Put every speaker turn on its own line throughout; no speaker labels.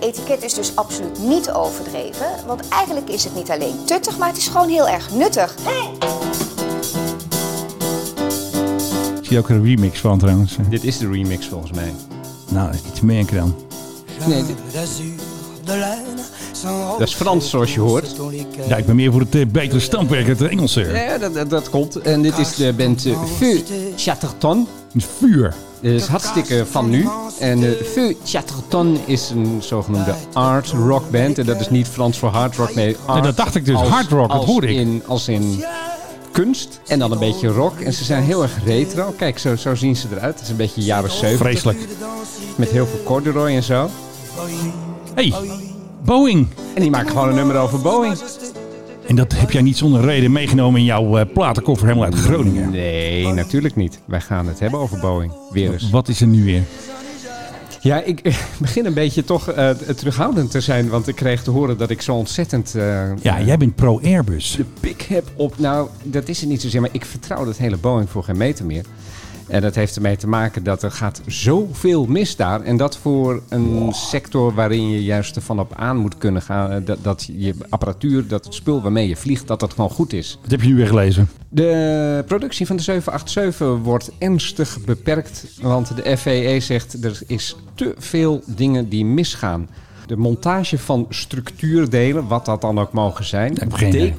Etiket is dus absoluut niet overdreven, want eigenlijk is het niet alleen tuttig, maar het is gewoon heel erg nuttig.
Ik zie ook een remix van trouwens.
Dit is de remix volgens mij.
Nou, dat is iets meer dan.
Nee,
Dat is Frans, zoals je hoort.
Ja, ik ben meer voor het eh, betere standwerk uit het Engelse.
Ja, ja, dat, dat, dat klopt. En dit is de band eh, Feu Chatterton.
Het vuur.
Dat is hartstikke van nu. En eh, Feu Chatterton is een zogenoemde art rock band. En dat is niet Frans voor hard rock, nee. Art
dat dacht ik dus.
als-
Hard rock, dat
als
hoorde ik.
In, als in kunst en dan een beetje rock. En ze zijn heel erg retro. Kijk, zo, zo zien ze eruit. Het is een beetje jaren 70
Vreselijk.
met heel veel corduroy en zo.
Hé, hey, Boeing.
En die maken gewoon een nummer over Boeing.
En dat heb jij niet zonder reden meegenomen in jouw eh, platenkoffer helemaal uit Groningen.
Nee, natuurlijk niet. Wij gaan het hebben over Boeing. Weer eens.
Wat is er nu weer?
Ja, ik eh, begin een beetje toch eh, terughoudend te zijn. Want ik kreeg te horen dat ik zo ontzettend... eh,
Ja, jij bent pro-Airbus.
de pik heb op... Nou, dat is het niet zozeer. Maar ik vertrouw dat hele Boeing voor geen meter meer. En dat heeft ermee te maken dat er gaat zoveel mis daar. En dat voor een sector waarin je juist ervan op aan moet kunnen gaan. eh, Dat, dat je apparatuur, dat het spul waarmee je vliegt, dat dat gewoon goed is.
Wat heb je nu weer gelezen?
De productie van de 787 wordt ernstig beperkt, want de FAA zegt er is te veel dingen die misgaan. De montage van structuurdelen, wat dat dan ook mogen zijn,
heb geen idee.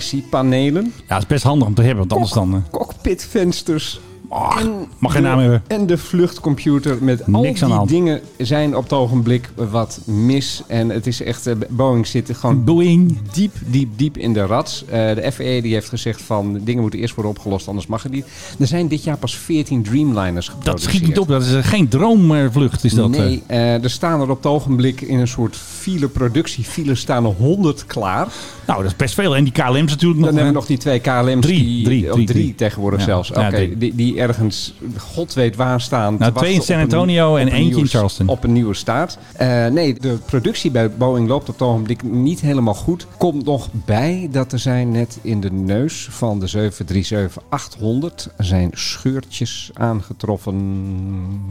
decompressiepanelen,
Ja, het is best handig om te hebben, want anders dan... eh,
cockpitvensters.
ach,
en
Ah, mag geen
de-
naam hebben.
En de vluchtcomputer met al
Niks aan de
die
hand.
dingen zijn op het ogenblik wat mis. En het is echt, eh, Boeing zit gewoon
Boeing.
diep, diep, diep in de rats. Eh, de FAA die heeft gezegd van dingen moeten eerst worden opgelost, anders mag het niet. Er zijn dit jaar pas 14 Dreamliners geproduceerd.
Dat schiet niet op, dat is eh, geen droomvlucht is dat. eh.
nee, eh, er staan er op het ogenblik in een soort file productie. Files staan er 100 klaar.
Nou, dat is best veel. En die KLM's natuurlijk
Dan
nog. eh,
hebben
hè?
we nog die twee KLM's.
Drie,
die,
drie,
of
drie,
drie,
drie.
tegenwoordig
Ja.
zelfs. Oké,
Ja, drie.
die, die ergens, god weet waar staan. te
Nou, twee in
wachten
San
op een-
Antonio
op
en
een
eentje in
nieuwe-
Charleston.
Op een nieuwe staat. Eh, nee, de productie bij Boeing loopt op het ogenblik niet helemaal goed. Komt nog bij dat er zijn net in de neus van de 737-800 zijn scheurtjes aangetroffen.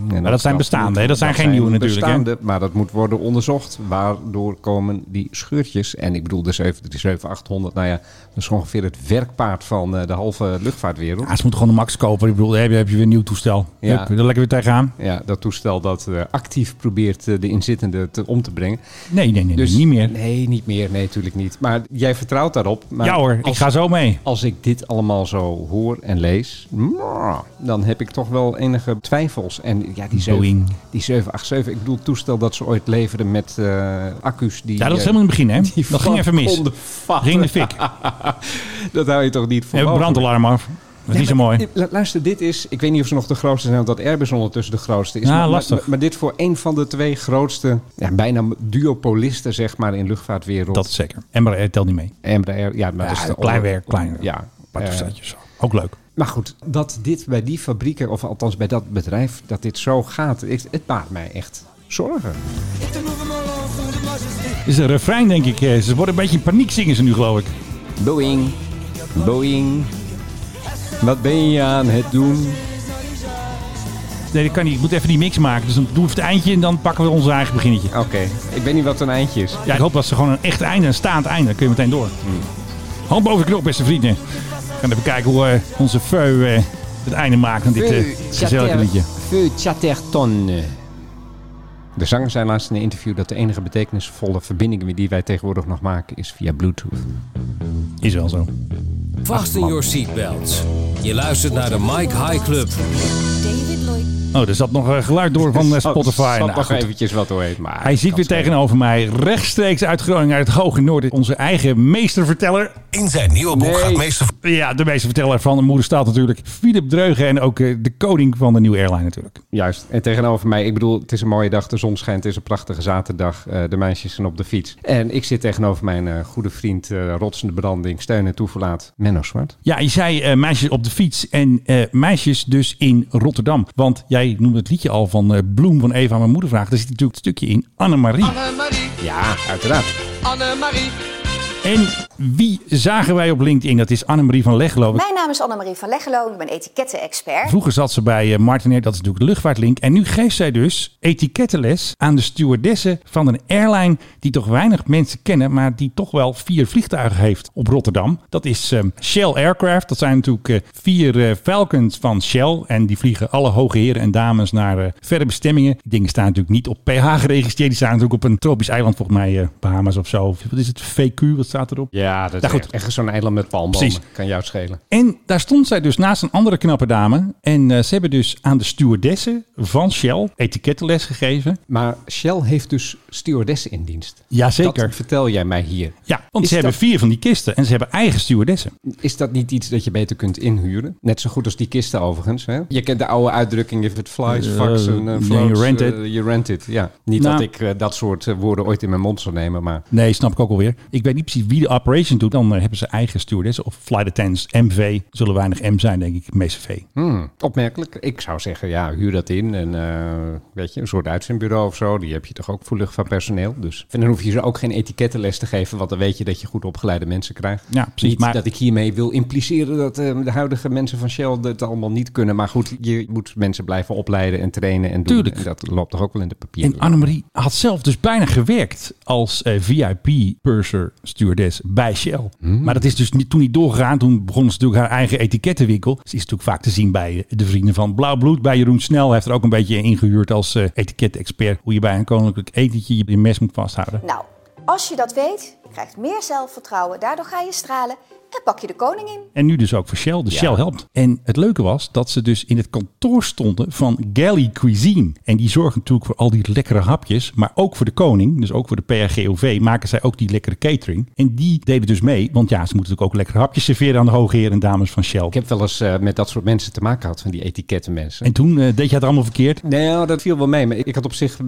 En
Maar dat zijn bestaande, hè? Dat zijn geen
zijn
nieuwe natuurlijk, hè?
bestaande, maar dat moet worden onderzocht. Waardoor komen die scheurtjes? En ik bedoel de 737-800, nou ja, dat is ongeveer het werkpaard van eh, de halve luchtvaartwereld.
Ja, ze moeten gewoon een max kopen. Ik bedoel, daar heb je- heb je weer een nieuw toestel.
Ja.
Hup, er lekker weer tegenaan.
Ja, dat toestel dat eh, actief probeert eh, de inzittenden te, om te brengen.
Nee, nee, nee,
Dus
nee, niet meer.
Nee, niet meer. Nee, natuurlijk niet. Maar jij vertrouwt daarop. Maar
ja hoor, ik
als,
ga zo mee.
als ik dit allemaal zo hoor en lees, mwah, dan heb ik toch wel enige twijfels. En ja, die, zeven-
Boeing.
die 787, ik bedoel het toestel dat ze ooit leverden met eh, accu's die...
Ja, dat is
eh,
helemaal in het begin, hè?
die
Dat ging even mis.
konden vatten.
Ging de fik.
dat hou je toch niet voor
Even
mogelijk?
brandalarm af. Dat is niet zo mooi.
Eh, Luister, dit is. Ik weet niet of ze nog de grootste zijn, omdat Airbus ondertussen de grootste is.
Ja,
maar,
lastig.
Maar, maar dit voor een van de twee grootste, ja, bijna duopolisten, zeg maar, in luchtvaartwereld.
Dat is zeker. En maar eh, tel niet mee.
Embraer, ja, maar dat is
Ja,
de
klein
onder-
weer, klein weer.
Ja.
Paar
eh,
toesteltjes zo. Ook leuk.
maar goed, dat dit bij die fabrieken, of althans bij dat bedrijf, dat dit zo gaat, ik- het baart mij echt zorgen.
Het is een refrein, denk ik. Eh, Ze worden een beetje in paniek zingen ze nu, geloof ik.
Boeing, Boeing, wat ben je aan het doen?
Nee, dat kan niet. Ik moet even die mix maken. Dus dan doen we het eindje en dan pakken we ons eigen beginnetje.
Oké, ik weet niet wat een eindje is.
Ja, ik hoop dat ze gewoon een echt einde, een staand einde. Dan kun je meteen door.
Hmm.
Hand boven de knop, beste vrienden. We gaan even kijken hoe eh, onze feu eh, het einde maakt aan dit eh, gezellige liedje.
Feu Chatterton. De zanger zei laatst in een interview dat de enige betekenisvolle verbindingen die wij tegenwoordig nog maken is via Bluetooth.
Is wel zo.
Fasten your seatbelts. Je luistert naar de Mike High Club.
David Lloyd
Oh, er zat nog eh, geluid door van eh, Spotify.
Oh, Zat
Nou,
nog
goed.
eventjes wat doorheen. Maar
Hij zit weer tegenover mij, rechtstreeks uit Groningen, uit het Hoge Noorden. Onze eigen meesterverteller.
In zijn nieuwe boek
Nee.
gaat meester
Ja, de meesterverteller van de moederstaat natuurlijk. Philip Dreugen en ook eh, de koning van de nieuwe airline natuurlijk.
Juist. En tegenover mij, ik bedoel, het is een mooie dag, de zon schijnt, het is een prachtige zaterdag. eh, de meisjes zijn op de fiets. En ik zit tegenover mijn eh, goede vriend, eh, rotsende branding, steun en toeverlaat, Menno Zwart.
Ja, je zei eh, meisjes op de fiets en eh, meisjes dus in Rotterdam. Want jij noemde het liedje al van eh, Bloem van Eva mijn moeder vraagt. Daar zit natuurlijk het stukje in Annemarie.
Annemarie,
Ja, uiteraard.
Annemarie,
En wie zagen wij op LinkedIn? Dat is Annemarie van Leglo.
Mijn naam is Annemarie van Leggelo, ik ben etiketten-expert.
Vroeger zat ze bij eh, Martinair, dat is natuurlijk de luchtvaartlink. En nu geeft zij dus etikettenles aan de stewardessen van een airline die toch weinig mensen kennen, maar die toch wel vier vliegtuigen heeft op Rotterdam. Dat is ehm, Shell Aircraft. Dat zijn natuurlijk eh, vier eh, Falcons van Shell. En die vliegen alle hoge heren en dames naar eh, verre bestemmingen. Die dingen staan natuurlijk niet op PH geregistreerd. Die staan natuurlijk op een tropisch eiland, volgens mij eh, Bahamas of zo. Of Wat is het? VQ, wat staat erop?
Ja, dat
Nou,
is
goed.
echt, echt zo'n eiland met palmbomen.
Precies.
Kan jou schelen.
En daar stond zij dus naast een andere knappe dame. En eh, ze hebben dus aan de stewardessen van Shell etikettenles gegeven.
Maar Shell heeft dus stewardessen in dienst.
Jazeker.
Dat vertel jij mij hier.
Ja, want
Is
ze hebben
dat-
vier van die kisten en ze hebben eigen stewardessen.
Is dat niet iets dat je beter kunt inhuren? Net zo goed als die kisten overigens. Hè? Je kent de oude uitdrukking, if it flies,
Eh,
fucks and
yeah,
uh, floats.
you rent
eh,
it.
you rent it, ja. Niet
Nou.
dat ik eh, dat soort eh, woorden ooit in mijn mond zou nemen, maar...
Nee, snap ik ook alweer. Ik weet niet precies wie de operation doet. Dan eh, hebben ze eigen stewardessen of flight attendants, MV. Zullen weinig M zijn, denk ik. Meeste V.
Hmm, opmerkelijk. Ik zou zeggen, ja, huur dat in. En eh, weet je, een soort uitzendbureau of zo. Die heb je toch ook voor luchtvaartpersoneel. Dus. En dan hoef je ze ook geen etikettenles te geven. Want dan weet je dat je goed opgeleide mensen krijgt.
Ja, precies,
Niet
maar-
dat ik hiermee wil impliceren dat eh, de huidige mensen van Shell dat allemaal niet kunnen. Maar goed, je moet mensen blijven opleiden en trainen en doen.
Tuurlijk.
En dat loopt toch ook wel in de papieren.
En Annemarie had zelf dus bijna gewerkt als eh, VIP purser stewardess bij Shell. Maar dat is dus niet, toen niet doorgegaan. Toen begon ze natuurlijk haar eigen etikettenwinkel. Ze is natuurlijk vaak te zien bij eh, de vrienden van Blauw Bloed. Bij Jeroen Snel Hij heeft er ook een beetje ingehuurd als eh etiket-expert. Hoe je bij een koninklijk etentje je- je mes moet vasthouden.
Nou, als je dat weet, je krijgt meer zelfvertrouwen, daardoor ga je stralen en pak je de koning in.
En nu dus ook voor Shell. Dus Shell helpt. En het leuke was dat ze dus in het kantoor stonden van Galley Cuisine. En die zorgen natuurlijk voor al die lekkere hapjes. Maar ook voor de koning, dus ook voor de PRGOV, maken zij ook die lekkere catering. En die deden dus mee. Want ja, ze moeten natuurlijk ook lekkere hapjes serveren aan de hoogheren en dames van Shell.
Ik heb wel eens eh, met dat soort mensen te maken gehad. Van die etikettenmensen.
En toen eh, deed je het allemaal verkeerd.
Nou, dat viel wel mee. Maar ik, ik had op zich...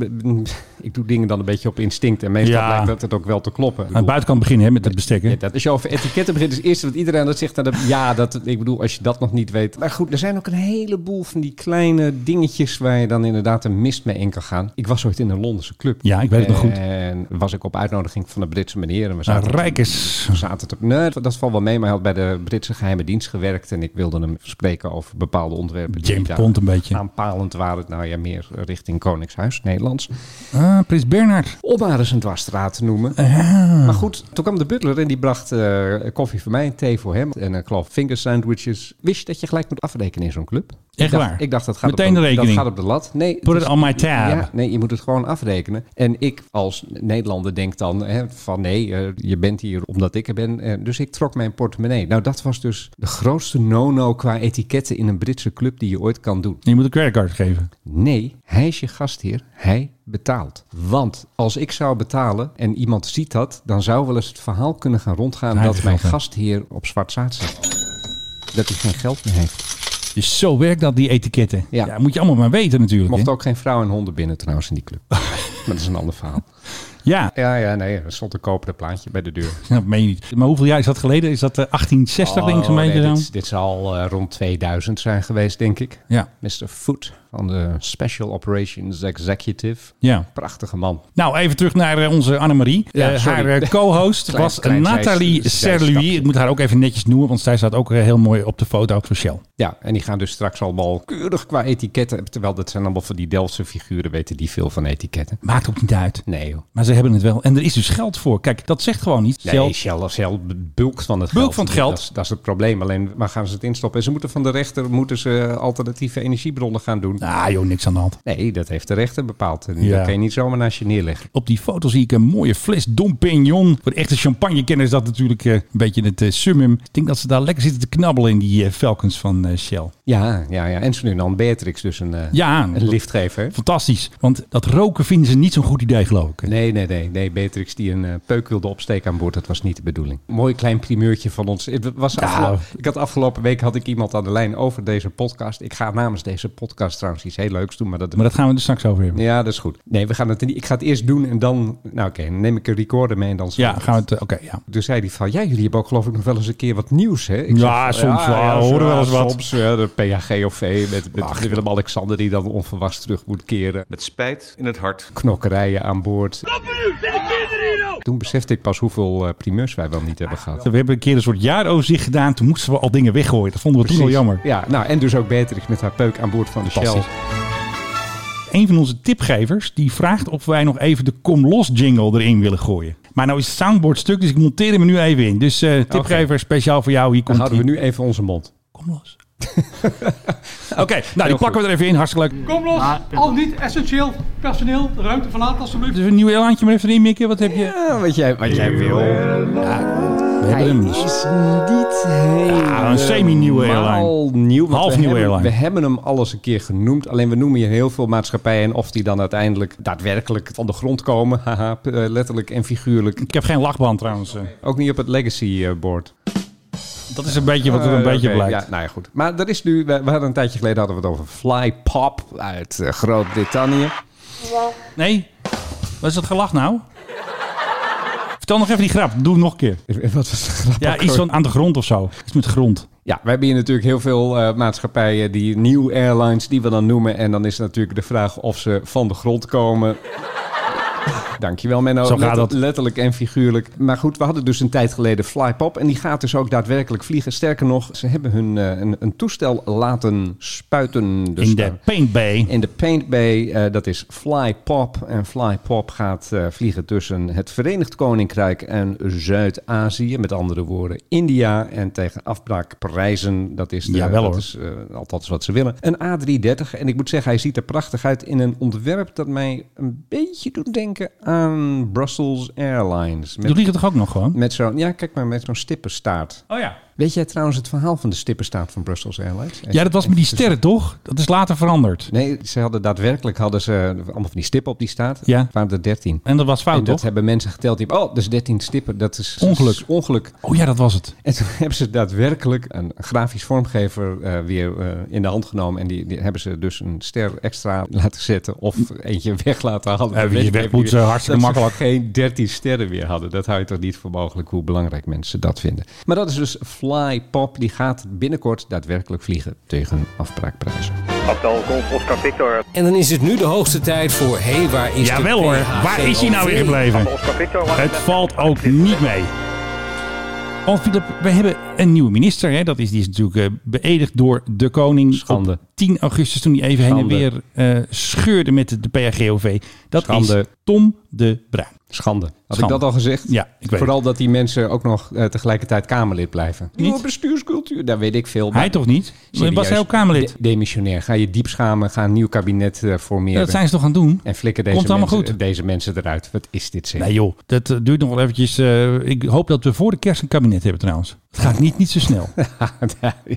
Ik doe dingen dan een beetje op instinct. En meestal
Ja.
blijkt dat het ook wel te kloppen.
Aan de buitenkant beginnen hè, met het bestekken.
Ja, dat, als je over etiketten begint, is het eerste wat iedereen dat zegt. Nou, dat, ja, dat, ik bedoel, als je dat nog niet weet. Maar goed, er zijn ook een heleboel van die kleine dingetjes waar je dan inderdaad een mist mee in kan gaan. Ik was ooit in een Londense club.
Ja, ik weet het nog
Eh,
goed.
En was ik op uitnodiging van de Britse meneer. En we
Nou,
zaten
Rijkers.
we zaten te- Nee, dat, dat valt wel mee, maar hij had bij de Britse geheime dienst gewerkt. En ik wilde hem spreken over bepaalde onderwerpen. die
James
daar
Bond een beetje.
Aanpalend waren, nou ja, meer richting Koningshuis, Nederlands.
Ah, Prins Bernard.
Om maar eens een dwarsstraat te noemen.
Ah.
Maar goed, toen kwam de butler en die bracht eh, koffie voor mij, thee voor hem. En een kloof finger sandwiches. Wist je dat je gelijk moet afrekenen in zo'n club?
Echt
ik dacht,
waar?
Ik dacht, dat gaat,
Meteen
op,
de rekening.
dat gaat op de lat. Nee,
Put
het
it
is-
on my tab.
Ja, nee, je moet het gewoon afrekenen. En ik als Nederlander denk dan hè, van nee, eh, je bent hier omdat ik er ben. Eh, dus ik trok mijn portemonnee. Nou, dat was dus de grootste no-no qua etiketten in een Britse club die je ooit kan doen.
Je moet een creditcard geven.
Nee, hij is je gastheer. Hij betaalt. Want als ik zou betalen en iemand ziet dat, dan zou wel eens het verhaal kunnen gaan rondgaan
Hij
dat
heeft
mijn
geld, hè?
gastheer op zwart zaad zit. Dat hij geen geld meer heeft.
Dus zo werkt dat, die etiketten. Ja.
Ja.
moet je allemaal maar weten natuurlijk.
Mocht
hè.
ook geen vrouwen en honden binnen trouwens in die club. maar dat is een ander verhaal.
Ja,
Ja, ja, nee. Er stond een koperen plaatje bij de deur.
Dat meen je niet. Maar hoeveel jaar is dat geleden? Is dat eh, 1860 denk ik zo'n
Oh,
beetje
nee,
dan?
dit, dit zal eh, rond 2000 zijn geweest, denk ik.
Ja.
Mr. Foot van de Special Operations Executive.
ja.
Prachtige man.
Nou, even terug naar eh, onze Annemarie.
Ja,
Eh,
sorry.
haar eh, co-host
Klein-
was
klein dus
Nathalie
zij-
Serlouis.
zijstapje.
Ik moet haar ook even netjes noemen, want zij staat ook eh, heel mooi op de foto van Shell.
Ja, en die gaan dus straks allemaal keurig qua etiketten. Terwijl dat zijn allemaal van die Delftse figuren, weten die veel van etiketten.
Maakt ook niet uit.
Nee joh.
Maar ze hebben het wel. En er is dus geld voor. Kijk, dat zegt gewoon niet.
Nee, Shell,
Shell.
Shell, bulk van het
Bulk
geld.
van het geld.
Dat is, dat is het probleem. Alleen waar gaan ze het instoppen? En ze moeten van de rechter moeten ze alternatieve energiebronnen gaan doen.
Ah joh, niks aan de hand.
Nee, dat heeft de rechter bepaald. En
Ja.
Dat kan je niet zomaar naast je neerleggen.
Op die foto zie ik een mooie fles Dom Pignon. Voor de echte champagnekenners is dat natuurlijk eh, een beetje het eh, summum. Ik denk dat ze daar lekker zitten te knabbelen in die eh, Falcons van eh, Shell.
Ja, ja, ja. En zo nu en dan Beatrix dus een, eh,
Ja,
een lift geven. hè?
Fantastisch. Want dat roken vinden ze niet zo'n goed idee, geloof ik.
Nee, nee, nee, nee. Beatrix die een eh, peuk wilde opsteken aan boord. Dat was niet de bedoeling. Mooi klein primeurtje van ons. Het was
Nou.
afgelo- ik had afgelopen week had ik iemand aan de lijn over deze podcast. Ik ga namens deze podcast trouwens iets heel leuks doen. Maar dat...
Maar dat gaan we er straks over hebben.
Ja, dat is goed. Nee, we gaan het niet. Ik ga het eerst doen en dan. Nou, oké. dan neem ik een recorder mee en dan.
Ja, gaan we het... eh, Oké, ja.
Toen zei hij van, ja, jullie hebben ook geloof ik nog wel eens een keer wat nieuws, hè? Ik
Ja, soms wel. Horen we wel eens wat.
Soms, ja, dat PHGOV met, met Willem-Alexander die dan onverwachts terug moet keren.
Met spijt in het hart.
Knokkerijen aan boord. Toen besefte ik pas hoeveel eh, primeurs wij wel niet hebben gehad.
We hebben een keer een soort jaaroverzicht gedaan. Toen moesten we al dingen weggooien. Dat vonden we toen al
Precies.
jammer.
Ja, nou en dus ook Beatrix met haar peuk aan boord van de Shell.
Fantastisch. Een van onze tipgevers die vraagt of wij nog even de Kom Los jingle erin willen gooien. Maar nou is het soundboard stuk, dus ik monteer hem er nu even in. Dus eh, tipgever, speciaal voor jou. Hier
Dan
komt
houden we
ie.
nu even onze mond.
Kom Los. Oké, nou die plakken we er even in. Hartstikke leuk.
Kom los, al niet essentieel personeel, de ruimte verlaat alsjeblieft.
Dus een nieuw elandje maar even erin, Mikke. Wat heb je?
Ja, wat jij, wat jij wil.
we hebben hem.
is niet helemaal
Ah, een semi-nieuwe airline.
nieuw. want
Half
we
nieuwe
hebben,
airline.
We hebben hem alles een keer genoemd. Alleen we noemen hier heel veel maatschappijen. En of die dan uiteindelijk daadwerkelijk van de grond komen. Haha, p- eh, letterlijk en figuurlijk.
Ik heb geen lachband trouwens. eh.
Ook niet op het legacy eh, board.
Dat is een beetje wat er een
Eh,
beetje
oké,
blijkt.
Ja, nou ja, goed. Maar er is nu, we, we hadden een tijdje geleden hadden we het over Flypop uit eh, Groot-Brittannië.
Nee? Wat is dat gelach nou? Vertel nog even die grap. Doe hem nog een keer.
Eh, Wat was de grap?
Ja,
ook
iets
alweer?
van aan de grond of zo. Iets met grond.
Ja, we hebben hier natuurlijk heel veel eh, maatschappijen, die nieuw airlines, die we dan noemen. En dan is natuurlijk de vraag of ze van de grond komen. Dankjewel Menno,
Zo gaat
Letter-
dat.
letterlijk en figuurlijk. Maar goed, we hadden dus een tijd geleden Flypop en die gaat dus ook daadwerkelijk vliegen. Sterker nog, ze hebben hun eh, een, een toestel laten spuiten. Dus
In
daar-
de paint bay.
in de Paint Bay, eh, dat is Flypop. En Flypop gaat eh, vliegen tussen het Verenigd Koninkrijk en Zuid-Azië. Met andere woorden, India. En tegen afbraakprijzen, dat is, de,
Jawel,
dat
hoor.
is eh, althans wat ze willen. Een A330. En ik moet zeggen, hij ziet er prachtig uit in een ontwerp dat mij een beetje doet denken aan Brussels Airlines.
Doe
Met,
die toch ook nog gewoon?
met zo'n, ja, kijk maar, met zo'n stippenstaart.
Oh ja.
Weet jij trouwens het verhaal van de stippenstaart van Brussels Airlines?
Ja, dat was met die
dus-
sterren toch? Dat is later veranderd.
Nee, ze hadden daadwerkelijk hadden ze allemaal van die stippen op die staat.
Ja.
Het waren er 13.
En dat was
En
fout
dat
toch?
hebben mensen geteld. Die hebben, oh, dus 13 stippen. Dat is
Ongeluk.
is ongeluk.
Oh ja, dat was het.
En toen hebben ze daadwerkelijk een grafisch vormgever eh, weer eh, in de hand genomen. En die, die hebben ze dus een ster extra laten zetten. Of eentje weg laten halen.
Hebben we je wegpoetsen,
Dat
hartstikke
ze
makkelijk.
geen 13 sterren meer hadden. Dat hou je toch niet voor mogelijk hoe belangrijk mensen dat vinden. Maar dat is dus Flypop. Die gaat binnenkort daadwerkelijk vliegen tegen afbraakprijzen.
En dan is het nu de hoogste tijd voor... Hé, hey, waar is de
Jawel hoor.
PHGOV?
Waar is hij nou weer gebleven? Het valt ook niet mee. Want Philip, we hebben een nieuwe minister. Hè? Dat is, die is natuurlijk eh, beëdigd door de koning.
Schande.
Op 10 augustus toen hij even
Schande.
heen en weer eh, scheurde met de, de PHGOV. Dat is
Schande.
Tom de Bruin.
Schande. Had
Schande.
ik dat al gezegd?
Ja, ik weet
Vooral dat die mensen ook nog eh, tegelijkertijd Kamerlid blijven.
Niet?
Nieuwe bestuurscultuur, daar weet ik veel.
Hij toch niet?
Serieus.
Was hij ook Kamerlid?
De- demissionair. Ga je diep schamen, ga een nieuw kabinet eh, formeren.
dat zijn ze toch aan het doen?
En flikker deze
Komt
mensen,
allemaal goed.
deze mensen eruit. Wat is dit zeg?
Nee joh, dat eh, duurt nog wel eventjes. eh, ik hoop dat we voor de kerst een kabinet hebben trouwens. Het gaat niet, niet zo snel.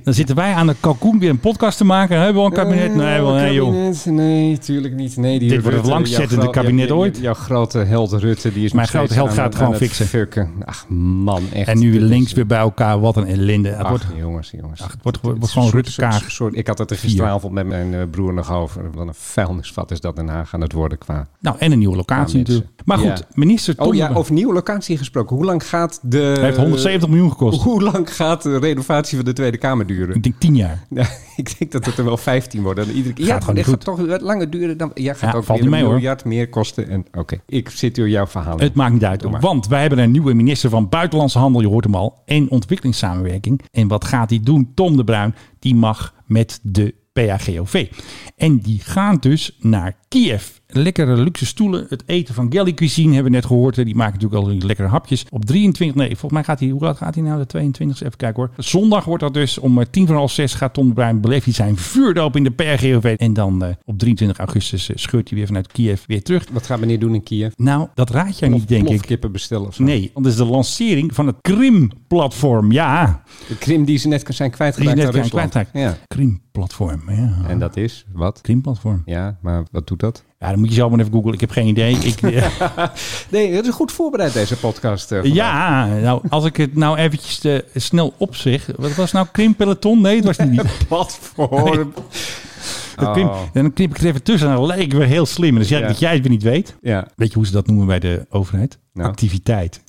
Dan zitten wij aan de kalkoen weer een podcast te maken. Hebben we al een kabinet? Nee, wel, nee joh.
Kabinet? Nee, tuurlijk niet. Nee, die
Dit wordt het
Rutte,
langzittende
jouw gro-
kabinet
jouw-
ooit.
Jouw, grote held Rutte, die is
Mijn
nog
grote
steeds
held
aan-
gaat
aan
gewoon
het
fixen.
fucken. Ach man, echt.
En nu
Dit is-
links weer bij elkaar. Wat een ellende. Het
Ach,
wordt,
jongens, jongens.
het wordt, wordt
Het is
gewoon
een
Rutte
soort-
Kaag.
soort- soort- Ik had het er gisteravond met mijn eh, broer nog over. Wat een vuilnisvat is dat Den Haag aan het worden qua.
Nou, en een nieuwe locatie
Ja,
natuurlijk.
mensen.
Maar goed,
Ja.
minister Tom
Oh ja,
de-
over nieuwe locatie gesproken. Hoe lang gaat de.
heeft 170 miljoen gekost.
Hoe lang gaat de renovatie van de Tweede Kamer duren?
Ik denk 10 jaar.
Ja, ik denk dat het er wel 15 worden. Iedere keer.
Gaat
Ja,
gewoon
dit
niet
gaat toch wat langer duren dan. Ja, gaat
Ja,
ook
valt
weer
mee,
een
hoor.
miljard meer kosten. En oké, ik zit door jouw verhaal.
Het maakt niet uit.
Doe maar.
Want wij hebben een nieuwe minister van Buitenlandse Handel, je hoort hem al, en ontwikkelingssamenwerking. En wat gaat hij doen? Tom de Bruin, die mag met de PAGOV. En die gaan dus naar Kiev. Lekkere luxe stoelen, het eten van Galley Cuisine hebben we net gehoord. hè. Die maken natuurlijk al die lekkere hapjes. Op 23, nee, volgens mij gaat hij, hoe laat gaat hij nou? De 22 even kijken hoor. Zondag wordt dat dus om eh, tien van half zes gaat Tom de Bruin beleeft hij zijn vuurdoop in de PRGOV. En dan eh, op 23 augustus eh, scheurt hij weer vanuit Kiev weer terug.
Wat gaat meneer doen in Kiev?
Nou, dat raad jij niet, denk ik.
kippen bestellen of zo.
Nee, want het is de lancering van het Krim-platform. Ja,
De Krim die ze net zijn
die is
kwijtgeraakt
net
aan
klein
Rusland.
kwijtraakt.
Ja.
Krim-platform, ja.
En dat is wat?
Krim-platform.
Ja, maar wat doet dat?
Ja, dan moet je zelf maar even googlen. Ik heb geen idee. Ik, eh,
Nee, het is goed voorbereid deze podcast. eh, vandaag.
ja, nou, als ik het nou eventjes te snel op zeg. Wat was nou Krim-peloton? Nee, het was het niet.
Platform.
Dat Krim,
Oh.
en dan knip ik er even tussen en dan lijk ik weer heel slim. En dan zeg ik
Ja.
dat jij het weer niet weet.
Ja.
Weet je hoe ze dat noemen bij de overheid?
Nou.
Activiteit.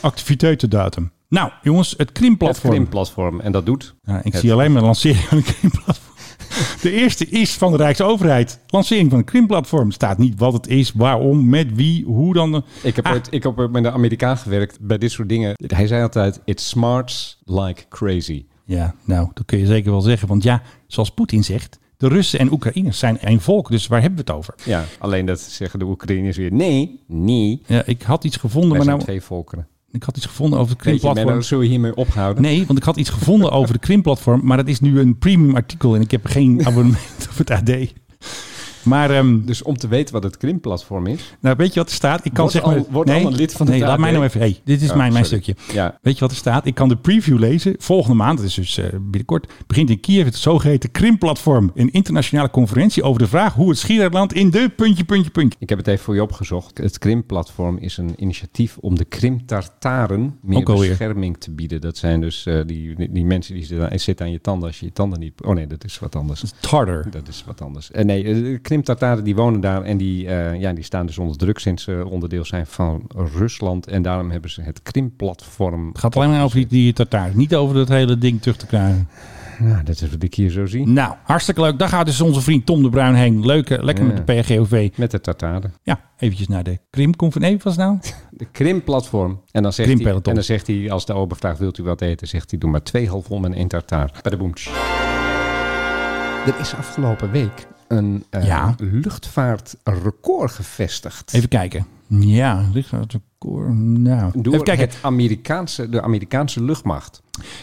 Activiteitendatum. Nou, jongens, het
Het
krimplatform.
krimplatform. En dat doet.
Ja, ik
het-
zie alleen maar lancering van een krimplatform. De eerste is van de Rijksoverheid. Lancering van een krimplatform. Staat niet wat het is, waarom, met wie, hoe dan.
Ik heb,
Ah.
ooit, ik heb ooit met een Amerikaan gewerkt bij dit soort dingen. Hij zei altijd, it smarts like crazy.
Ja, nou, dat kun je zeker wel zeggen. Want ja, zoals Poetin zegt, de Russen en Oekraïners zijn één volk. Dus waar hebben we het over?
Ja, alleen dat zeggen de Oekraïners weer, nee, nee.
Ja, ik had iets gevonden,
Wij
maar
zijn
nou,
twee volkeren.
ik had iets gevonden over het
Weet je, Menno,
krimplatform.
zullen we hiermee ophouden?
Nee, want ik had iets gevonden over de krimplatform, maar dat is nu een premium artikel en ik heb geen abonnement op het AD. Maar ehm,
Dus om te weten wat het krimplatform is.
nou, weet je wat er staat? Ik kan
Word
zeg
al-
maar.
word al een lid van het
Nee, laat
AD.
mij nou even. Hey, dit is
Oh,
mijn, mijn
sorry.
stukje.
Ja.
Weet je wat er staat? Ik kan de preview lezen. Volgende maand, dat is dus eh, binnenkort, begint in Kiev het zogeheten Krimplatform. Een internationale conferentie over de vraag hoe het Schiereiland in de puntje, puntje, puntje.
Ik heb het even voor je opgezocht. Het Krimplatform is een initiatief om de Krimtartaren meer
Ook alweer.
bescherming te bieden. Dat zijn dus eh, die, die, die mensen die zitten aan, zitten aan je tanden als je je tanden niet... Oh nee, dat is wat anders.
Tarder.
Dat is wat anders. Eh, nee, eh, de Krimtataren die wonen daar en die, eh, ja, die staan dus onder druk sinds ze onderdeel zijn van Rusland. En daarom hebben ze het Krimplatform.
Het gaat alleen maar over die, die tartaar. Niet over dat hele ding terug te krijgen.
Nou, dat is wat ik hier zo zie.
Nou, hartstikke leuk. Daar gaat dus onze vriend Tom de Bruin heen. Leuke, lekker met de PRGOV.
Met de Tataren.
Ja, eventjes naar de Krimconferentie. Nee, was het nou?
De Krimplatform. En dan zegt, hij,
Krimpeloton.
en dan zegt hij, als de ober vraagt, wilt u wat eten? Zegt hij, doe maar twee halfom en één tartaar. Bij de boemtsch. Er is afgelopen week een eh,
Ja.
luchtvaartrecord gevestigd.
Even kijken. Ja, ligt uit de koor. Nou,
door
even kijken.
Het Amerikaanse, de Amerikaanse luchtmacht.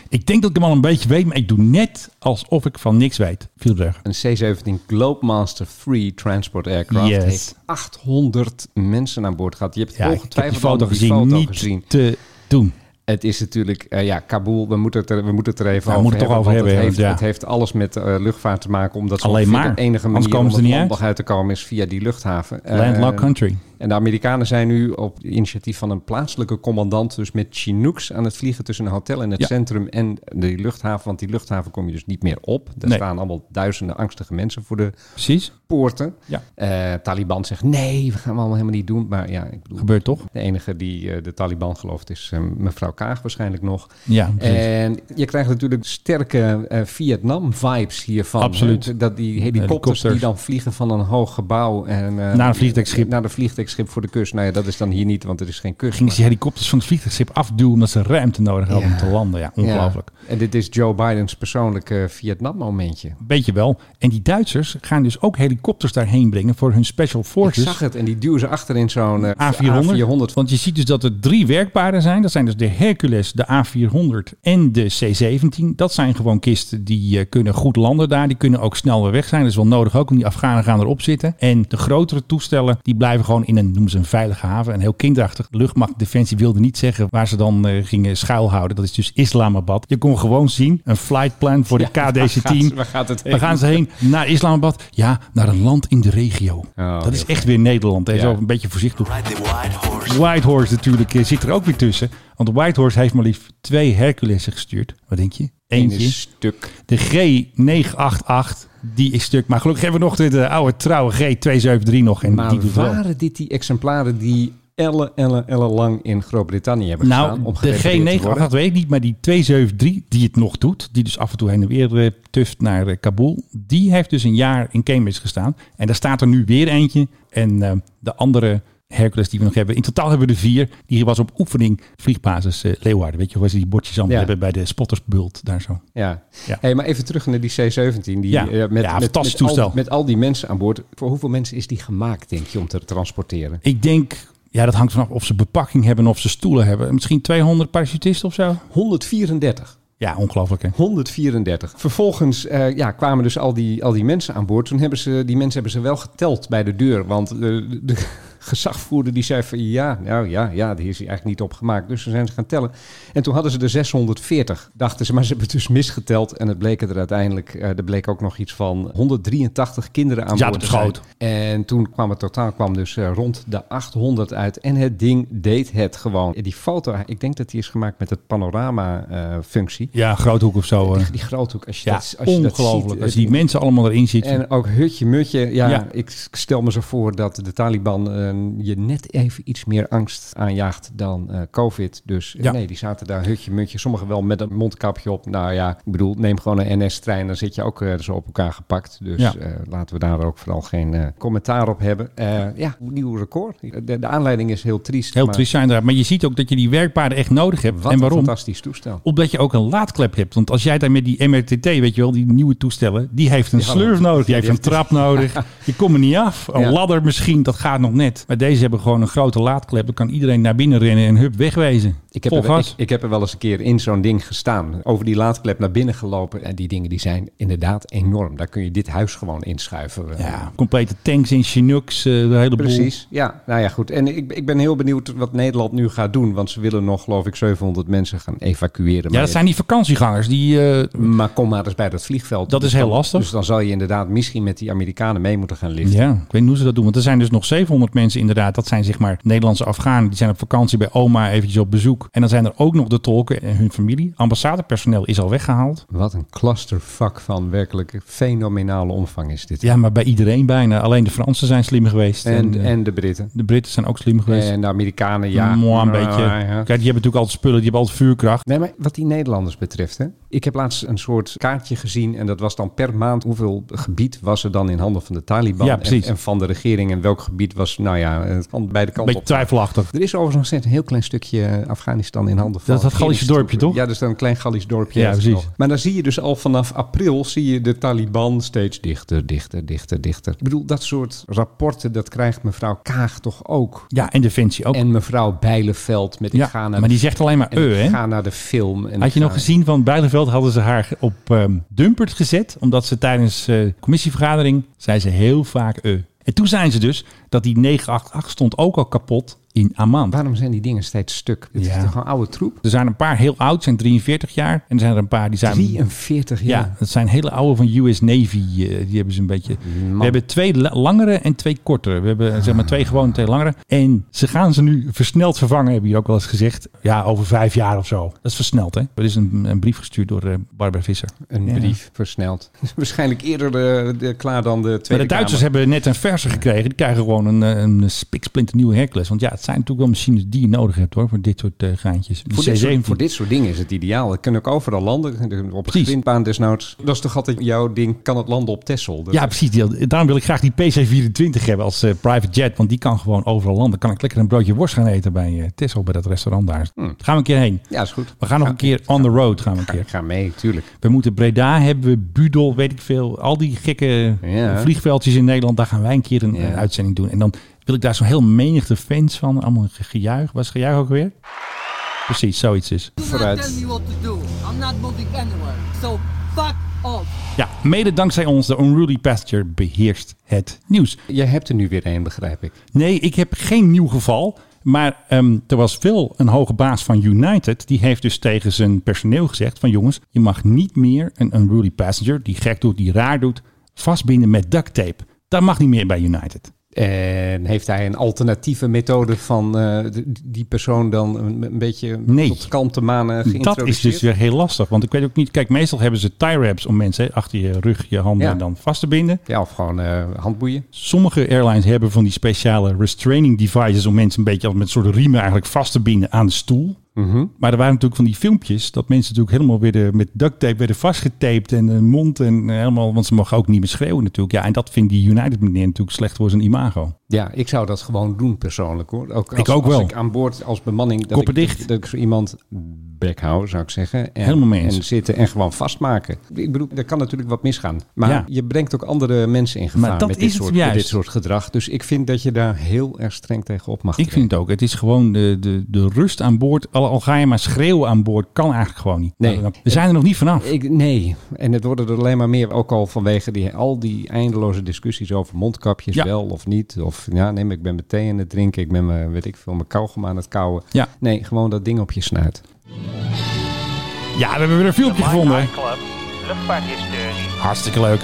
Ik denk dat ik hem al een beetje weet, maar ik doe net alsof ik van niks weet. Vielberg.
Een C-17 Globemaster 3 Transport Aircraft
Yes.
heeft 800 mensen aan boord gehad. Je hebt
Ja, ik heb die
ongetwijfeld al
foto gezien.
foto
niet
gezien.
te doen.
Het is natuurlijk, eh, ja, Kabul, we moeten het er, we moeten het er even
Ja, we
over
moeten het
hebben.
toch
want
over
het,
hebben,
heeft,
ja.
het heeft alles met eh, luchtvaart te maken, omdat ze
Alleen
ongeveer
maar.
de enige
Anders
manier
komen
om
ze er
het
niet
land nog uit te komen is via die luchthaven. Eh,
Landlocked country.
En de Amerikanen zijn nu op initiatief van een plaatselijke commandant, dus met Chinooks aan het vliegen tussen een hotel in het
Ja.
centrum en de luchthaven. Want die luchthaven kom je dus niet meer op. Er
Nee.
staan allemaal duizenden angstige mensen voor de
Precies.
poorten.
Ja.
Eh, Taliban zegt nee, we gaan we allemaal helemaal niet doen. Maar ja, ik bedoel,
Gebeurt toch?
de enige die eh, de Taliban gelooft is eh, mevrouw Kaag waarschijnlijk nog.
Ja, precies.
En je krijgt natuurlijk sterke eh, Vietnam-vibes hiervan.
Absoluut. Eh,
hè? Dat die helikopters die
Helikopters.
dan vliegen van een hoog gebouw. En, eh,
Naar een vliegdekschip.
Naar een vliegdekschip voor de kust. Nou ja, dat is dan hier niet, want er is geen kust.
Gingen ze die helikopters van het vliegtuigschip afduwen omdat ze ruimte nodig hadden
Ja.
om te landen. Ja,
Maar- Ja.
ongelooflijk.
En dit is Joe Biden's persoonlijke eh, Vietnam-momentje.
Beetje wel. En die Duitsers gaan dus ook helikopters daarheen brengen voor hun special
Ik
forces.
zag het en die duwen ze achter in zo'n eh,
A400.
A400.
Want je ziet dus dat er drie werkbare zijn. Dat zijn dus de Hercules, de A400 en de C17. Dat zijn gewoon kisten die eh, kunnen goed landen daar. Die kunnen ook snel weer weg zijn. Dat is wel nodig ook, want die Afghanen gaan erop zitten. En de grotere toestellen, die blijven gewoon in een, noemen ze een veilige haven. En heel kinderachtig. De luchtmachtdefensie wilde niet zeggen waar ze dan eh, gingen schuilhouden. Dat is dus Islamabad. Je kon gewoon zien, een flight plan voor de
gaat-
KDC-10.
waar gaat het
Waar gaan ze heen? Naar Islamabad? Ja, naar een land in de regio.
Oh,
dat is
heel
echt weer Nederland. Hè?
Ja.
Zo een beetje voorzichtig. Whitehorse natuurlijk eh, zit er ook weer tussen. Want Whitehorse heeft maar liefst twee Herculessen gestuurd. Wat denk je?
Eén
Eentje.
is stuk.
De G988, die is stuk. Maar gelukkig hebben we nog de, de oude trouwe G273 nog. En die
Maar
doet het wel.
waren dit die exemplaren die elle, elle, elle lang in Groot-Brittannië hebben gestaan?
Nou,
om
de
gerepareerd te worden?
G988 weet ik niet, maar die 273 die het nog doet, die dus af en toe heen en weer eh, tuft naar eh, Kabul, die heeft dus een jaar in Cambridge gestaan. En daar staat er nu weer eentje. En eh, de andere Hercules die we nog hebben, in totaal hebben we er vier. Die was op oefening vliegbasis eh, Leeuwarden. Weet je waar ze die bordjes allemaal
Ja.
hebben bij de spottersbult daar zo.
Ja.
Ja.
Hey, maar even terug naar die C-17. Die,
Ja.
eh, met,
Ja,
met,
fantastisch
met al-
toestel.
met al die mensen aan boord. Voor hoeveel mensen is die gemaakt, denk je, om te transporteren?
Ik denk, ja dat hangt vanaf of ze bepakking hebben of ze stoelen hebben. Misschien 200 parachutisten of zo.
134.
Ja, ongelooflijk hè.
134. Vervolgens eh, ja, kwamen dus al die, al die mensen aan boord. Toen hebben ze, die mensen hebben ze wel geteld bij de deur. Want eh, de, de gezagvoerder die zei van ja, nou ja, ja, die is hij eigenlijk niet opgemaakt. Dus toen zijn ze gaan tellen. En toen hadden ze er 640, dachten ze. Maar ze hebben het dus misgeteld. En het bleken er uiteindelijk, eh, er bleek ook nog iets van 183 kinderen aan
Ja,
boord
dat
te zijn.
schoot.
En toen kwam het totaal kwam dus eh, rond de 800 uit. En het ding deed het gewoon. En die foto, ik denk dat die is gemaakt met het eh, panorama-functie.
Ja, groothoek of zo. eh.
Die, die groothoek, als je
Ja,
dat als je dat
ongelooflijk.
ziet,
Als
eh,
die mensen allemaal erin zitten.
En ook hutje mutje. Ja,
Ja.
ik stel me zo voor dat de Taliban eh, ehm, je net even iets meer angst aanjaagt dan eh, COVID. Dus eh,
Ja.
nee, die zaten daar hutje muntje. Sommigen wel met een mondkapje op. Nou ja, ik bedoel, neem gewoon een NS-trein. Dan zit je ook eh, zo op elkaar gepakt. Dus
Ja.
eh, laten we daar ook vooral geen eh, commentaar op hebben. Eh, ja, nieuw record. De, de aanleiding is heel triest.
Heel
maar
triest zijn daar. Maar je ziet ook dat je die werkpaarden echt nodig hebt.
Wat
en
een
waarom?
fantastisch toestel.
Omdat je ook een laadklep hebt. Want als jij daar met die MRTT, weet je wel, die nieuwe toestellen, die heeft een
Ja,
slurf nodig, die heeft een trap nodig. Je komt er niet af. Een
Ja.
ladder misschien, dat gaat nog net. Maar deze hebben gewoon een grote laadklep. Dan kan iedereen naar binnen rennen en hup, wegwezen.
Ik heb,
Vol
er, ik,
gas.
ik heb er wel eens een keer in zo'n ding gestaan. Over die laadklep naar binnen gelopen. En die dingen die zijn inderdaad enorm. Daar kun je dit huis gewoon inschuiven. Eh,
Ja, complete tanks in Chinooks, eh, de hele boel.
Precies, ja. Nou ja, goed. En ik, ik ben heel benieuwd wat Nederland nu gaat doen. Want ze willen nog, geloof ik, 700 mensen gaan evacueren.
Ja,
maar,
dat zijn die vakantiegangers. Die, eh,
maar kom maar eens bij dat vliegveld.
Dat is
Dus dan-
heel lastig.
Dus dan zal je inderdaad misschien met die Amerikanen mee moeten gaan liften.
ja, ik weet niet hoe ze dat doen. Want er zijn dus nog 700 mensen inderdaad. Dat zijn zeg maar Nederlandse Afghanen. Die zijn op vakantie bij oma eventjes op bezoek. En dan zijn er ook nog de tolken en hun familie. Ambassadepersoneel is al weggehaald.
Wat een clusterfuck van werkelijk fenomenale omvang is dit.
Ja, maar bij iedereen bijna. Alleen de Fransen zijn slim geweest. En,
En,
eh,
en de Britten.
de Britten zijn ook slim geweest.
En de Amerikanen, ja.
Mooi, een
Nou,
beetje.
ja.
Kijk, die hebben natuurlijk altijd spullen. Die hebben altijd vuurkracht.
Nee, maar wat die Nederlanders betreft, hè? ik heb laatst een soort kaartje gezien en dat was dan per maand hoeveel gebied was er dan in handen van de Taliban
Ja,
en,
precies.
en van de regering en welk gebied was, nou ja, het kan beide kanten
Beetje
op.
twijfelachtig.
Er is overigens nog steeds een heel klein stukje eh, Afghanistan in handen van.
Dat is dat Gallische dorpje,
regeringstroepen.
toch?
Ja, dus dan een klein Gallisch dorpje.
Ja,
heeft het
precies.
nog. Maar dan zie je dus al vanaf april zie je de Taliban steeds dichter, dichter, dichter, dichter. Ik bedoel, dat soort rapporten, dat krijgt mevrouw Kaag toch ook.
Ja, en Defensie ook.
En mevrouw Bijleveld met ik
ja,
ga naar
maar die zegt alleen maar
en
eh,
ik
hè?
ga naar de film. En
Had
ik
je nog
ga-
gezien van Bijleveld hadden ze haar op ehm dumpert gezet. Omdat ze tijdens eh, commissievergadering zei ze heel vaak eh. En toen zijn ze dus dat die 988 stond ook al kapot in Amman.
Waarom zijn die dingen steeds stuk? Het
Ja.
is toch een oude troep?
Er zijn een paar heel oud, zijn 43 jaar. En er zijn er een paar die zijn...
43 jaar.
Ja, dat zijn hele oude van US Navy. eh, die hebben ze een beetje.
Man.
We hebben twee la- langere en twee kortere. We hebben eh, zeg maar twee gewone, twee langere. En ze gaan ze nu versneld vervangen, heb je hier ook wel eens gezegd. Ja, over vijf jaar of zo. Dat is versneld, hè? Er is een, een brief gestuurd door eh, Barbara Visser.
Een
Ja.
brief versneld. Dus Waarschijnlijk eerder de, de- klaar dan de
Maar
Tweede
de Duitsers
Kamer.
hebben net een verse gekregen. Die krijgen gewoon een, eh, een spiksplinter nieuwe Hercules. Want ja, het zijn natuurlijk wel machines die je nodig hebt hoor, voor dit soort eh, geintjes. De
Voor dit,
C-17.
soort, voor dit soort dingen is het ideaal. Het kunnen ook overal landen. Op een
Precies.
grindbaan desnoods. Dat is toch altijd jouw ding. Kan het landen op Texel? Dat-
Ja, precies. Die- Daarom wil ik graag die PC24 hebben als eh, private jet. Want die kan gewoon overal landen. Kan ik lekker een broodje worst gaan eten bij eh Tessel, bij dat restaurant daar. Gaan we een keer heen.
Hmm. ja, is goed.
We gaan nog een keer on the road. Gaan we een keer.
Ik ga mee, tuurlijk.
We moeten Breda hebben, we Budel, weet ik veel. Al die gekke
Ja.
vliegveldjes in Nederland. Daar gaan wij een keer een,
Ja.
een uitzending doen. En dan wil ik daar zo'n heel menigte fans van. Allemaal een ge- gejuich. Was gejuich ook weer? Precies, zoiets is.
Do not tell
Vooruit.
me what to do. I'm not moving anywhere. So fuck off.
Ja, mede dankzij ons, de Unruly Pasture beheerst het nieuws.
Jij hebt er nu weer een, begrijp ik.
Nee, ik heb geen nieuw geval. Maar ehm, er was wel een hoge baas van United. Die heeft dus tegen zijn personeel gezegd: van jongens, je mag niet meer een unruly passenger die gek doet, die raar doet, vastbinden met duct tape. Dat mag niet meer bij United.
En heeft hij een alternatieve methode van eh, d- die persoon dan een, een beetje
Nee.
tot kalmte manen geïntroduceerd?
Dat is dus weer heel lastig. Want ik weet ook niet. Kijk, meestal hebben ze tie wraps om mensen hè, achter je rug, je handen
Ja.
dan vast te binden.
Ja, of gewoon eh, handboeien.
Sommige airlines hebben van die speciale restraining devices om mensen een beetje als met soort riemen eigenlijk vast te binden aan de stoel. Maar er waren natuurlijk van die filmpjes dat mensen natuurlijk helemaal weer met duct tape werden vastgetaped en hun mond en eh, helemaal, want ze mogen ook niet meer schreeuwen natuurlijk. Ja, en dat vindt die United meneer natuurlijk slecht voor zijn imago.
Ja, ik zou dat gewoon doen persoonlijk hoor. Ook als,
Ik ook
als
wel.
ik aan boord als bemanning. Dat
Koppen
ik,
dicht.
Dat ik zo iemand bek hou, zou ik zeggen. En,
Helemaal mee eens.
En zitten en gewoon vastmaken. Ik bedoel, er kan natuurlijk wat misgaan. Maar
Ja.
je brengt ook andere mensen in gevaar
Maar dat
met,
is
dit
het
soort, met
juist.
dit soort gedrag. Dus ik vind dat je daar heel erg streng tegen op mag
Ik vind het ook. Het is gewoon de, de, de rust aan boord. Al, al ga je maar schreeuwen aan boord, kan eigenlijk gewoon niet. Nou,
Nee.
We zijn er nog niet vanaf.
Ik, nee, en het worden er alleen maar meer. Ook al vanwege die, al die eindeloze discussies over mondkapjes,
Ja.
wel of niet. Of ja, nee, maar ik ben mijn thee aan het drinken. Ik ben mijn, weet ik veel, mijn kauwgom aan het kauwen.
Ja.
Nee, gewoon dat ding op je snuit.
Ja, we hebben weer een filmpje gevonden. hè.
Club, luchtvaarthistorie.
Hartstikke leuk.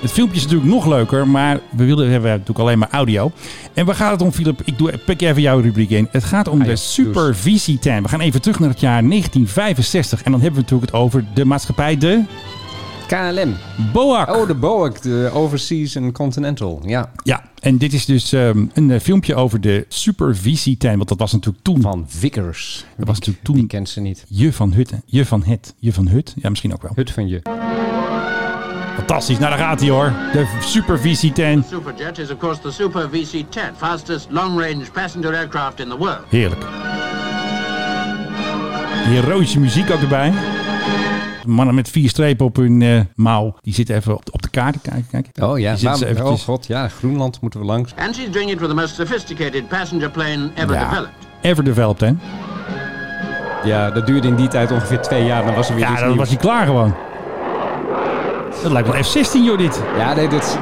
Het filmpje is natuurlijk nog leuker, maar we wilden we hebben natuurlijk alleen maar audio. En waar gaat het om, Philip? Ik doe, pik even jouw rubriek in. Het gaat om
Ah,
de
ja,
supervisietuin. We gaan even terug naar het jaar 1965. En dan hebben we natuurlijk het over de maatschappij, de...
KLM.
Boak.
Oh, de BOAC, de Overseas and Continental. Ja,
Ja, en dit is dus ehm, een eh, filmpje over de supervisietijd. Want dat was natuurlijk toen.
van Vickers.
dat was natuurlijk
Die
toen.
kent ze niet.
Je van Hutten. Je van Het. Je van Hut. Ja, misschien ook wel.
Hut van je.
Fantastisch. Nou, daar gaat hij hoor. De supervisietijd.
Superjet is, of course, the Super VC-10, fastest long-range passenger aircraft in the world.
Heerlijk. Heroïsche muziek ook erbij. De mannen met vier strepen op hun eh, mouw. Die zitten even op, op de kaart. Kijk, kijk.
Oh ja,
Die zitten ze
waarom- oh
eventjes.
god, ja, Groenland moeten we langs.
And she's doing it with the most sophisticated passenger plane ever
ja.
developed.
Ever developed, hè?
Ja, dat duurde in die tijd ongeveer twee jaar. Dan was er weer
Ja,
iets
dan
nieuws.
was hij klaar gewoon. Dat lijkt wel F-16, joh, dit.
Ja, nee, dit...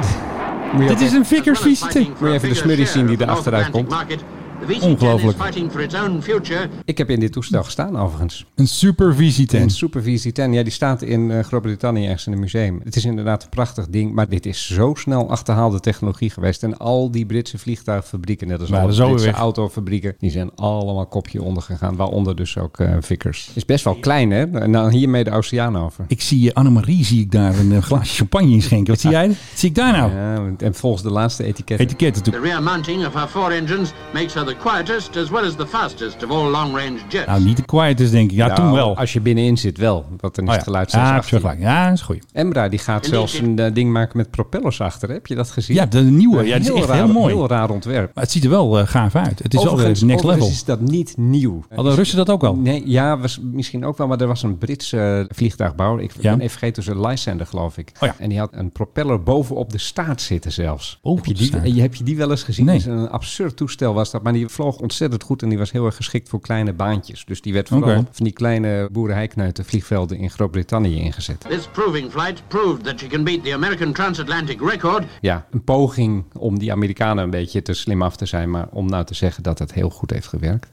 Moet je
Dit
ook-
is een Vickers
As well as
visite.
fighting for
Moet je even de
a bigger
smurrie zien die
share of the
er
North
achteruit
Atlantic
komt.
market, The VC-10 is
Ongelooflijk.
fighting for its own future.
Ik heb in dit toestel gestaan, overigens.
Een supervisite.
Een Super VC-10. Ja, die staat in eh, Groot-Brittannië ergens in een museum. Het is inderdaad een prachtig ding, maar dit is zo snel achterhaalde technologie geweest. En al die Britse vliegtuigfabrieken, net als
Maar
alle
dat is ook
Britse
weer weg.
autofabrieken, die zijn allemaal kopje onder gegaan. Waaronder dus ook eh Vickers. Is best wel klein, hè? En dan hiermee de oceaan over.
Ik zie eh, Annemarie zie ik daar een eh, glaasje champagne in schenken. Wat zie jij? Wat zie ik daar nou?
Ja, en volgens de laatste etiketten.
Etiket
The
natuurlijk.
rear mounting of her four engines makes her the quietest as well as the fastest of all long-range jets.
Nou, niet de quietest denk ik. Ja,
Nou,
toen wel.
Als je binnenin zit wel, want dan is
Oh,
het geluid
ja,
zelfs
ja, heb je
18.
gelijk. ja, dat is goed.
Embraer die gaat
Indien-
zelfs een eh, ding maken met propellers achter. Heb je dat gezien?
Ja, de nieuwe.
Een
Ja, die is echt
raar,
heel mooi.
Heel raar ontwerp.
Maar het ziet er wel eh, gaaf uit. Het is
Overigens-
wel weer next level.
overigens is dat niet nieuw.
Hadden Russen dat ook wel?
Nee, ja, was misschien ook wel, maar er was een Britse eh, vliegtuigbouwer. Ik
Ja.
ben even vergeten, ze Lysander geloof ik.
Oh ja.
En die had een propeller bovenop de staart zitten zelfs.
Bovenop
heb, je
Oh, de
die,
staart?
je- heb je die wel eens gezien?
Nee.
Dat is Een absurd toestel was dat, maar die vloog ontzettend goed en die was heel erg geschikt voor kleine baantjes. Dus die werd vooral
Oké.
op van die kleine boerenheiknuiten vliegvelden in Groot-Brittannië ingezet.
This proving flight proved that she can beat the American transatlantic record
Ja, een poging om die Amerikanen een beetje te slim af te zijn, maar om nou te zeggen dat het heel goed heeft gewerkt.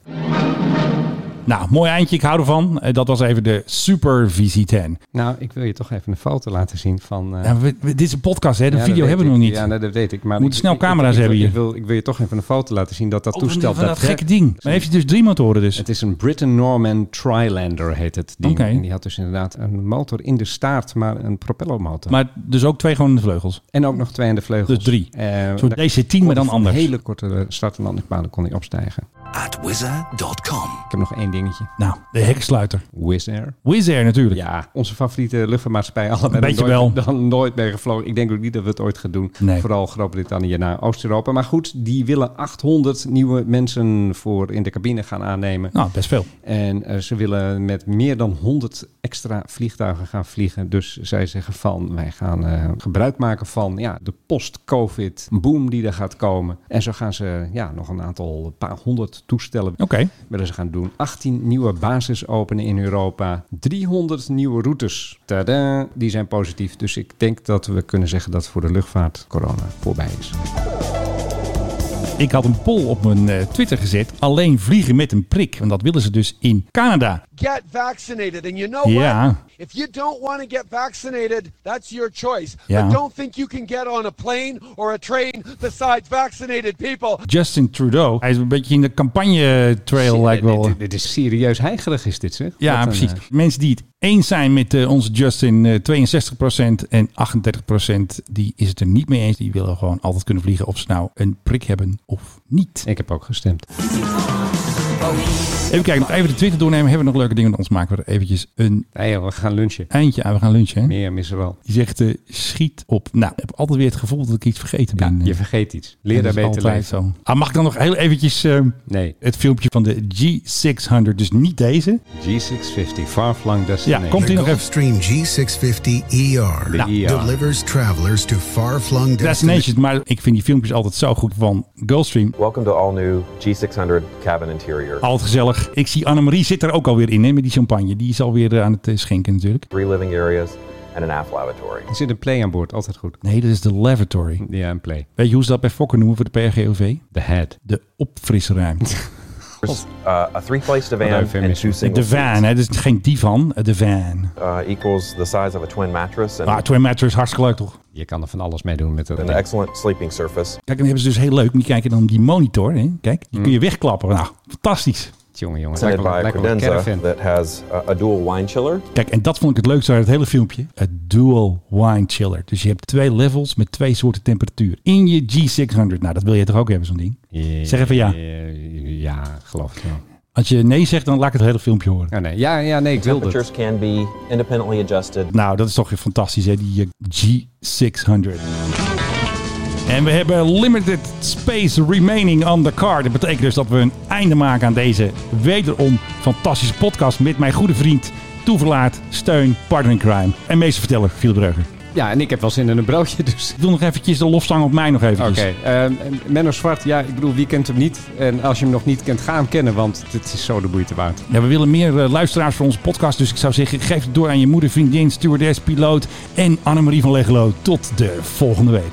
Nou, mooi eindje. Ik hou ervan. Eh, dat was even de supervisite.
Nou, ik wil je toch even een foto laten zien van... eh,
Ja, we- we- dit is een podcast, hè? De
Ja,
video
dat
hebben we
weet
nog
ik.
niet.
Ja, nee, dat weet ik. Maar
We moeten
ik-
snel
ik- ik-
camera's
ik wil-
hebben hier.
Ik wil, ik wil je toch even een foto laten zien dat dat
Oh, van die-
toestel...
van dat gekke
werkt.
ding. Maar heeft hij dus drie motoren dus.
Het is een Britain Norman Trilander, heet het ding.
Oké.
En die had dus inderdaad een motor in de staart, maar een propellermotor.
Maar dus ook twee gewoon in de vleugels.
en ook nog twee aan de vleugels.
Dus drie.
Eh,
Een soort
daar
DC-10, maar dan
kon hij van
anders.
hele korte eh, start- en landingsbanen kon hij opstijgen.
At wizard.com.
Ik heb nog één dingetje.
Nou, de hekkensluiter.
Wizz Air.
Wizz Air natuurlijk.
Ja, onze favoriete luchtvaartmaatschappij. Allebei
Beetje
dan nooit,
wel.
Dan nooit mee gevlogen. Ik denk ook niet dat we het ooit gaan doen.
Nee.
Vooral Groot-Brittannië naar Oost-Europa. Maar goed, die willen 800 nieuwe mensen voor in de cabine gaan aannemen.
Nou, best veel.
En eh, ze willen met meer dan 100 extra vliegtuigen gaan vliegen. Dus zij zeggen van, wij gaan eh, gebruik maken van ja, de post-covid boom die er gaat komen. En zo gaan ze ja, nog een aantal, een paar honderd toestellen
Oké.
willen ze gaan doen. 18 nieuwe bases openen in Europa. 300 nieuwe routes. Tada, die zijn positief. Dus ik denk dat we kunnen zeggen dat voor de luchtvaart corona voorbij is.
Ik had een poll op mijn eh, Twitter gezet. Alleen vliegen met een prik. Want dat willen ze dus in Canada.
get vaccinated. And you know
Oh,
Yeah.
what? If you don't want to get vaccinated, that's your choice.
Yeah.
But don't think you can get on a plane or a train besides vaccinated people.
Justin Trudeau. Hij is een beetje in de campagne trail lijkt wel.
Dit, dit is serieus heigerig is dit zeg.
Ja,
Wat een,
precies.
eh,
Mensen die het eens zijn met eh, onze Justin, eh 62% en 38% die is het er niet mee eens. Die willen gewoon altijd kunnen vliegen of ze nou een prik hebben of niet.
ik heb ook gestemd.
Even kijken, nog even de Twitter doornemen. Hebben we nog leuke dingen? Anders maken we er eventjes een
Nee joh, we gaan lunchen.
eindje aan. We gaan lunchen. Hè?
Meer missen wel.
Die zegt, eh, schiet op. Nou, ik heb altijd weer het gevoel dat ik iets vergeten
Ja,
ben. eh.
je vergeet iets. Leer daar
Dat is
beter
altijd
leven.
zo. Ah, mag ik dan nog heel eventjes eh,
Nee.
het filmpje van de G600, dus niet deze.
G650, Farflung
Ja,
Destination.
komt ie nog even.
Gulfstream G650 ER
De IR.
delivers travelers to far-flung destinations.
Destinations, maar ik vind die filmpjes altijd zo goed van Gulfstream.
Welcome to all new G600 cabin interior.
Altijd gezellig. Ik zie Annemarie zit er ook alweer in, hè, met die champagne. Die is alweer eh, aan het eh, schenken natuurlijk.
Three living areas and an aft lavatory.
Er zit een play aan boord, altijd goed.
Nee, dat is de lavatory.
Ja, een play.
Weet je hoe ze dat bij Fokker noemen voor de PRGOV?
The head.
De opfrisruimte.
There's uh, a three-place divan
Without
and two
emission.
single
De van,
seats,
hè. Dus geen divan, eh, de van.
uh, equals the size of a twin mattress and
Ah, twee mattress, hartstikke leuk toch?
Je kan er van alles mee doen met dat.
an
ding.
excellent sleeping surface.
Kijk, dan hebben ze dus heel leuk. Die kijken dan op die monitor, hè. Kijk, die kun je wegklappen. Nou, fantastisch.
Jongen, jongen.
Presented
Lijkt wel,
by
lijkt wel een
Credenza
caravan.
that has a, a dual wine chiller.
Kijk, en dat vond ik het leukste uit het hele filmpje. Het Dual Wine Chiller. Dus je hebt twee levels met twee soorten temperatuur. In je G600. Nou, dat wil je toch ook hebben, zo'n ding? Zeg even ja.
Eh, Ja, geloof ik wel.
Als je nee zegt, dan laat ik het hele filmpje horen.
Ja, nee, ja, ja, nee ik wilde het.
Temperatures can be independently adjusted.
Nou, dat is toch weer fantastisch, hè? Die eh, G600. En we hebben limited space remaining on the car. Dat betekent dus dat we een einde maken aan deze wederom fantastische podcast met mijn goede vriend, toeverlaat, steun, partner in crime en meesterverteller Giel Breuger.
Ja, en ik heb wel zin in een broodje, dus...
Ik wil nog eventjes de lofzang op mij nog eventjes.
Oké, ehm, Menno Zwart, ja, ik bedoel, wie kent hem niet? En als je hem nog niet kent, ga hem kennen, want het is zo de moeite waard.
Ja, we willen meer eh, luisteraars voor onze podcast, dus ik zou zeggen, geef het door aan je moeder, vriendin, stewardess, piloot en Annemarie van Legelo. Tot de volgende week.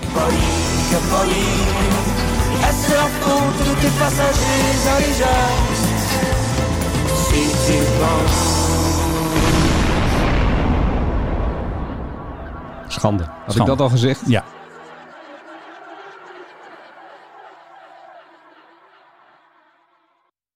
Schande. Had
Schande.
ik dat al gezegd?
Ja.